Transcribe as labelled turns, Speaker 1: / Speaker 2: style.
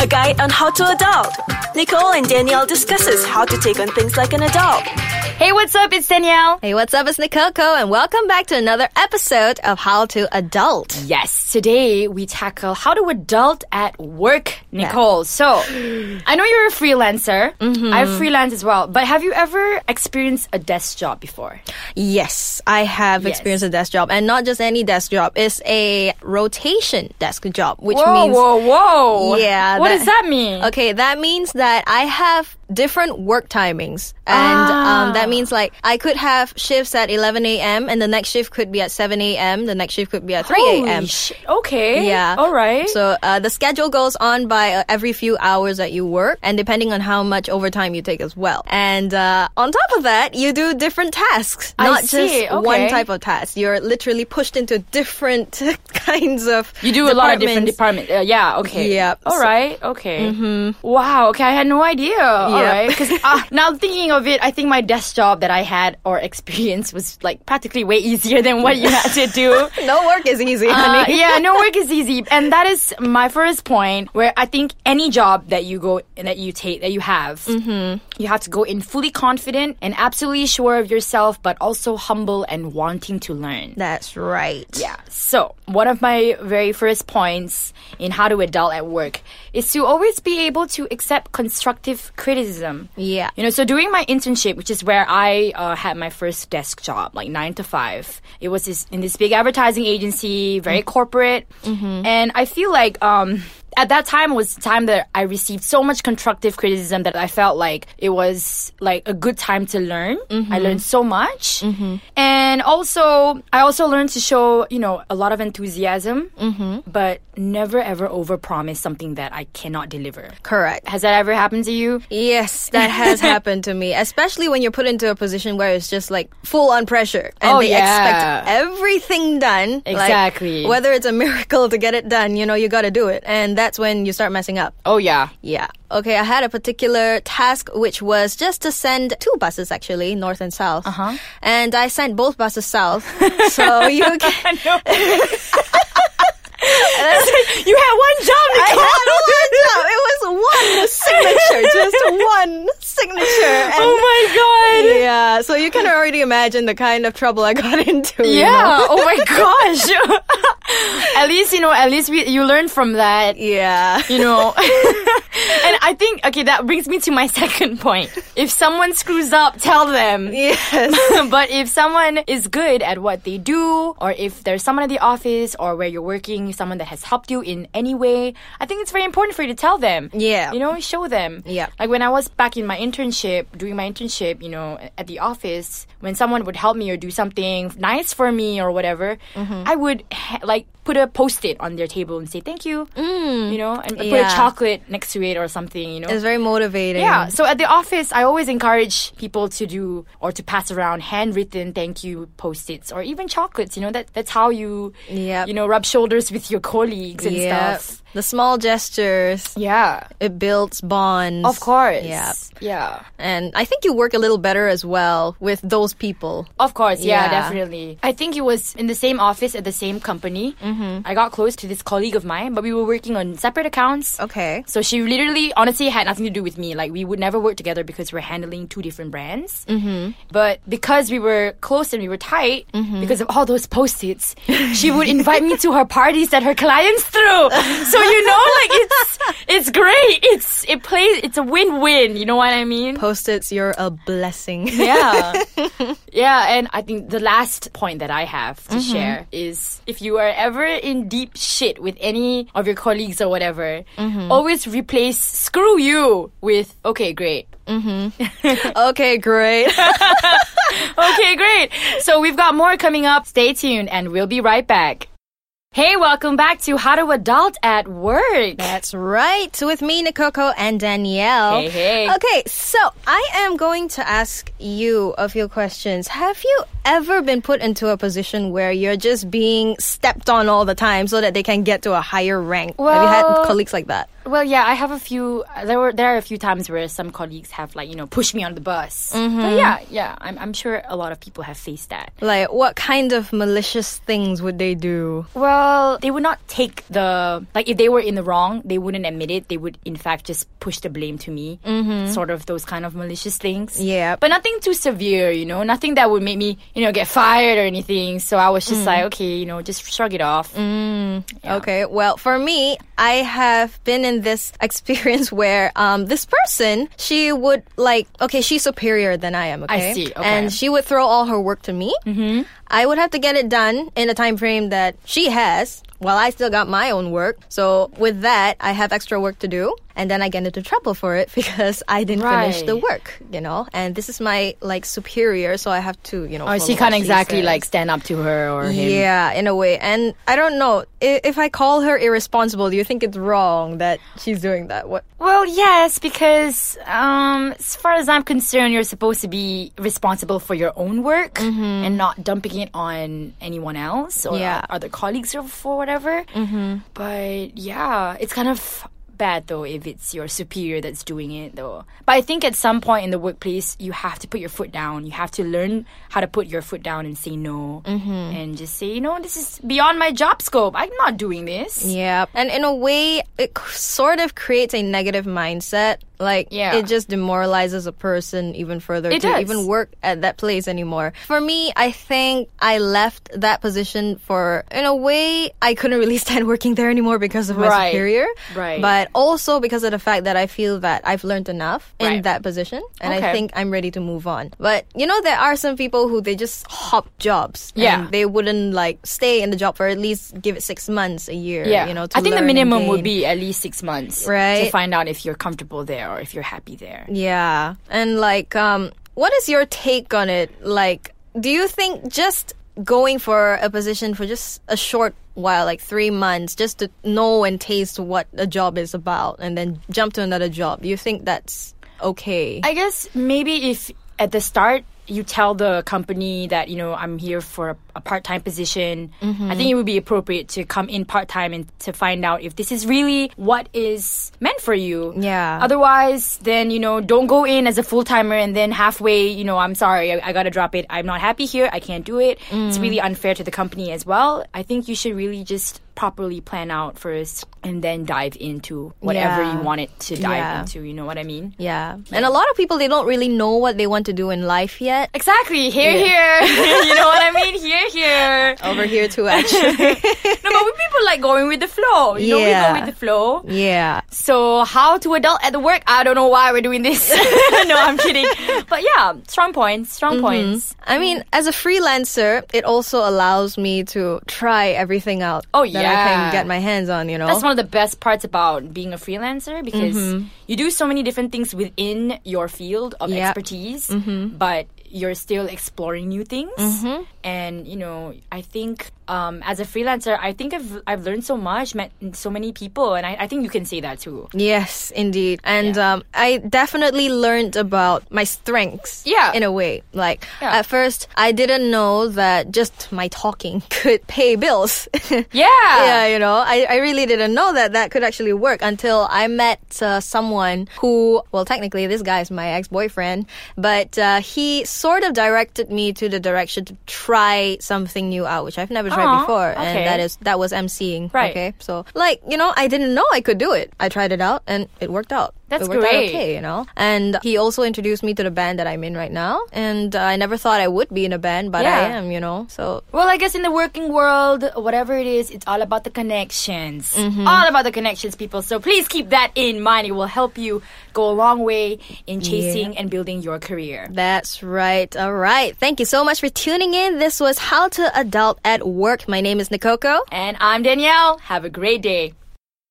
Speaker 1: a guide on how to adult. Nicole and Danielle discusses how to take on things like an adult.
Speaker 2: Hey, what's up? It's Danielle.
Speaker 3: Hey, what's up? It's Nikoko, and welcome back to another episode of How to Adult.
Speaker 2: Yes, today we tackle how to adult at work, Nicole. So, I know you're a freelancer. I freelance as well, but have you ever experienced a desk job before?
Speaker 3: Yes, I have
Speaker 2: Yes.
Speaker 3: experienced a desk job, and not just any desk job. It's a rotation desk job, which
Speaker 2: whoa,
Speaker 3: means
Speaker 2: whoa, whoa!
Speaker 3: Yeah,
Speaker 2: what
Speaker 3: that-
Speaker 2: does that mean?
Speaker 3: Okay, that means that I have different work timings. And um,
Speaker 2: Ah.
Speaker 3: that means like I could have shifts at 11 a.m. and the next shift could be at 7 a.m. The next shift could be at 3 a.m.
Speaker 2: Holy sh- okay. Eh,
Speaker 3: Yeah.
Speaker 2: All right.
Speaker 3: So uh, the schedule goes on by uh, every few hours that you work, and depending on how much overtime you take as well. And uh, on top of that, you do different tasks,
Speaker 2: I
Speaker 3: not
Speaker 2: see,
Speaker 3: just one
Speaker 2: okay.
Speaker 3: type of task. You're literally pushed into different kinds of.
Speaker 2: you do a lot of different
Speaker 3: departments.
Speaker 2: departments. Uh, yeah. Okay.
Speaker 3: Yep.
Speaker 2: All
Speaker 3: So-
Speaker 2: right. Okay. Wow. Okay. I had no idea. All
Speaker 3: Yep.
Speaker 2: right. Because now thinking of it, I think my desk job that I had or experience was like practically way easier than what you had to do.
Speaker 3: No work is easy,
Speaker 2: Uh,
Speaker 3: honey.
Speaker 2: yeah, no work is easy, and that is my first point. Where I think any job that you go that you take that you have,
Speaker 3: Mm-hmm.
Speaker 2: you have to go in fully confident and absolutely sure of yourself, but also humble and wanting to learn.
Speaker 3: That's right.
Speaker 2: Yeah. So, one of my very first points in how to adult at work is to always be able to accept constructive criticism.
Speaker 3: Yeah.
Speaker 2: You know, so during my internship, which is where I uh, had my first desk job, like nine to five, it was this, in this big advertising agency, very corporate. And I feel like, um, at that time was the time that I received so much constructive criticism that I felt like it was like a good time to learn. I learned so much, and also I also learned to show you know a lot of enthusiasm, but never ever overpromise something that I cannot deliver.
Speaker 3: Correct.
Speaker 2: Has that ever happened to you?
Speaker 3: Yes, that has happened to me, especially when you're put into a position where it's just like full on pressure and
Speaker 2: Oh,
Speaker 3: they
Speaker 2: yeah.
Speaker 3: expect everything done. like,
Speaker 2: Exactly.
Speaker 3: whether it's a miracle to get it done, you know, you got to do it. And that's when you start messing up.
Speaker 2: Oh yeah.
Speaker 3: Yeah. Okay, I had a particular task which was just to send two buses actually, north and south. Uh-huh. And I sent both buses south. so you can
Speaker 2: you had one job,
Speaker 3: I
Speaker 2: Nicole.
Speaker 3: had one job. It was one signature, just one signature. And
Speaker 2: oh my god.
Speaker 3: Yeah, so you can already imagine the kind of trouble I got into. you
Speaker 2: Yeah.
Speaker 3: know?
Speaker 2: Oh my gosh. at least you know. At least we, you learn from that.
Speaker 3: Yeah.
Speaker 2: you know. and I think okay, that brings me to my second point. If someone screws up, tell them.
Speaker 3: Yes.
Speaker 2: but if someone is good at what they do, or if there's someone at the office or where you're working, someone that has helped you in any way, I think it's very important for you to tell them.
Speaker 3: Yeah.
Speaker 2: You know, show them.
Speaker 3: Yeah.
Speaker 2: Like when I was back in my internship, doing my internship, you know, at the office, when someone would help me or do something nice for me or whatever,
Speaker 3: Mm-hmm.
Speaker 2: I would ha- like put a post it on their table and say thank you. Mm. You know, and put a
Speaker 3: Yeah.
Speaker 2: chocolate next to it or something, you know.
Speaker 3: It's very motivating.
Speaker 2: Yeah. So at the office, I always encourage people to do or to pass around handwritten thank you post-its or even chocolates. You know that that's how you
Speaker 3: Yep.
Speaker 2: you know rub shoulders with your colleagues and
Speaker 3: Yep.
Speaker 2: stuff.
Speaker 3: The small gestures,
Speaker 2: Yeah.
Speaker 3: it builds bonds.
Speaker 2: Of course.
Speaker 3: Yeah.
Speaker 2: Yeah.
Speaker 3: And I think you work a little better as well with those people.
Speaker 2: Of course, yeah,
Speaker 3: Yeah.
Speaker 2: definitely. I think it was in the same office at the same company. Mm-hmm. I got close to this colleague of mine, but we were working on separate accounts.
Speaker 3: Okay.
Speaker 2: So she literally, honestly, had nothing to do with me. Like we would never work together because we're handling two different brands. Mm-hmm. But because we were close and we were tight, because of all those post-its, she would invite me to her parties that her clients threw. So you know, like it's it's great. It's it plays. It's a win-win. You know what I mean?
Speaker 3: Post-its, you're a blessing.
Speaker 2: yeah. yeah, and I think the last point that I have to share is if you are ever in deep shit with any of your colleagues or whatever, always replace screw you with okay, great.
Speaker 3: okay, great.
Speaker 2: Okay, great. So we've got more coming up. Stay tuned and we'll be right back. Hey, welcome back to How to Adult at Work.
Speaker 3: That's right. With me, Nikoko and Danielle.
Speaker 2: Hey, hey.
Speaker 3: Okay, so I am going to ask you a few questions. Have you ever been put into a position where you're just being stepped on all the time so that they can get to a higher rank? Have you
Speaker 2: Well-
Speaker 3: had colleagues like that?
Speaker 2: Well, yeah, I have a few. There were there are a few times where some colleagues have like you know pushed me on the bus. But yeah, yeah, I'm I'm sure a lot of people have faced that.
Speaker 3: Like, what kind of malicious things would they do?
Speaker 2: Well, they would not take the like if they were in the wrong, they wouldn't admit it. They would in fact just push the blame to me. Mm-hmm. Sort of those kind of malicious things.
Speaker 3: Yeah.
Speaker 2: but nothing too severe, you know, nothing that would make me you know get fired or anything. So I was just like, okay, you know, just shrug it off.
Speaker 3: Okay, well, for me, I have been in this experience where um, this person, she would like, okay, she's superior than I am, okay?
Speaker 2: see, okay.
Speaker 3: And she would throw all her work to me. Mm-hmm. I would have to get it done in a time frame that she has, while I still got my own work. So with that, I have extra work to do. And then I get into trouble for it because I didn't finish the
Speaker 2: Right.
Speaker 3: work, you know? And this is my, like, superior, so I have to, you know.
Speaker 2: Oh,
Speaker 3: follow
Speaker 2: she can't
Speaker 3: what
Speaker 2: exactly
Speaker 3: says.
Speaker 2: like stand up to her or him.
Speaker 3: Yeah, in a way. And I don't know i- if I call her irresponsible. Do you think it's wrong that she's doing that? What?
Speaker 2: Well, yes, because um, as far as I'm concerned, you're supposed to be responsible for your own work and not dumping it on anyone else or
Speaker 3: Yeah.
Speaker 2: other colleagues or for whatever. Mm-hmm. But yeah, it's kind of bad though if it's your superior that's doing it though. But I think at some point in the workplace, you have to put your foot down. You have to learn how to put your foot down and say no and just say, you know, this is beyond my job scope. I'm not doing this.
Speaker 3: Yeah. And in a way, it c- sort of creates a negative mindset. Like,
Speaker 2: Yeah.
Speaker 3: it just demoralizes a person even further
Speaker 2: It
Speaker 3: to
Speaker 2: does.
Speaker 3: even work at that place anymore. For me, I think I left that position for, in a way, I couldn't really stand working there anymore because of my
Speaker 2: Right.
Speaker 3: superior.
Speaker 2: Right.
Speaker 3: But also because of the fact that I feel that I've learned enough in
Speaker 2: Right.
Speaker 3: that position. And I
Speaker 2: Okay.
Speaker 3: think I'm ready to move on. But you know, there are some people who they just hop jobs.
Speaker 2: Yeah.
Speaker 3: And they wouldn't like stay in the job for at least give it six months, a year. You know, to
Speaker 2: I think the
Speaker 3: learn and
Speaker 2: minimum would be
Speaker 3: gain.
Speaker 2: at least six months,
Speaker 3: Right.
Speaker 2: To find out if you're comfortable there or if you're happy there.
Speaker 3: Yeah. And like, um, what is your take on it? Like, do you think just going for a position for just a short while, like three months, just to know and taste what a job is about and then jump to another job, do you think that's okay?
Speaker 2: I guess maybe if at the start you tell the company that you know I'm here for a, a part-time position, I
Speaker 3: Mm-hmm.
Speaker 2: think it would be appropriate to come in part-time and to find out if this is really what is meant for you.
Speaker 3: Yeah.
Speaker 2: Otherwise, then you know don't go in as a full-timer and then halfway, you know, I'm sorry, I, I got to drop it. I'm not happy here. I can't do it.
Speaker 3: Mm.
Speaker 2: It's really unfair to the company as well. I think you should really just properly plan out first and then dive into whatever
Speaker 3: Yeah.
Speaker 2: you want it to dive
Speaker 3: Yeah.
Speaker 2: into, you know what I mean?
Speaker 3: Yeah. And a lot of people, they don't really know what they want to do in life yet.
Speaker 2: Exactly. Here, here. you know what I mean? Here, here. No,
Speaker 3: Over here, too, actually.
Speaker 2: but we people like going with the flow. You know,
Speaker 3: Yeah.
Speaker 2: we go with the flow.
Speaker 3: yeah.
Speaker 2: So, how to adult at the work? I don't know why we're doing this. no, I'm kidding. But yeah, strong points. Strong points.
Speaker 3: I mean, as a freelancer, it also allows me to try everything out
Speaker 2: Oh,
Speaker 3: that I can
Speaker 2: yeah.
Speaker 3: get my hands on, you know?
Speaker 2: That's one of the best parts about being a freelancer because you do so many different things within your field of
Speaker 3: Yeah.
Speaker 2: expertise, but you're still exploring new things. And you know, I think um, as a freelancer, I think I've I've learned so much, met so many people, and I, I think you can say that too.
Speaker 3: Yes, indeed. And um, I definitely learned about my strengths.
Speaker 2: Yeah.
Speaker 3: In a way. Like,
Speaker 2: Yeah.
Speaker 3: at first, I didn't know that just my talking could pay bills.
Speaker 2: Yeah.
Speaker 3: yeah, you know, I, I really didn't know that that could actually work until I met uh, someone who, well, technically this guy is my ex boyfriend, but uh, he sort of directed me to the direction to try something new out, which I've never tried
Speaker 2: Aw,
Speaker 3: before, and
Speaker 2: okay.
Speaker 3: that is that was emceeing.
Speaker 2: Right.
Speaker 3: Okay, so like you know, I didn't know I could do it. I tried it out, and it worked out.
Speaker 2: That's
Speaker 3: it worked out
Speaker 2: great.
Speaker 3: okay, you know. And he also introduced me to the band that I'm in right now, and uh, I never thought I would be in a band, but I
Speaker 2: Yeah.
Speaker 3: am, you know. So
Speaker 2: Well, I guess in the working world, whatever it is, it's all about the connections. All about the connections, people. So please keep that in mind. It will help you go a long way in chasing and building your career.
Speaker 3: That's right. All right. Thank you so much for tuning in. This was How to Adult at Work. My name is Nikoko.
Speaker 2: And I'm Danielle. Have a great day.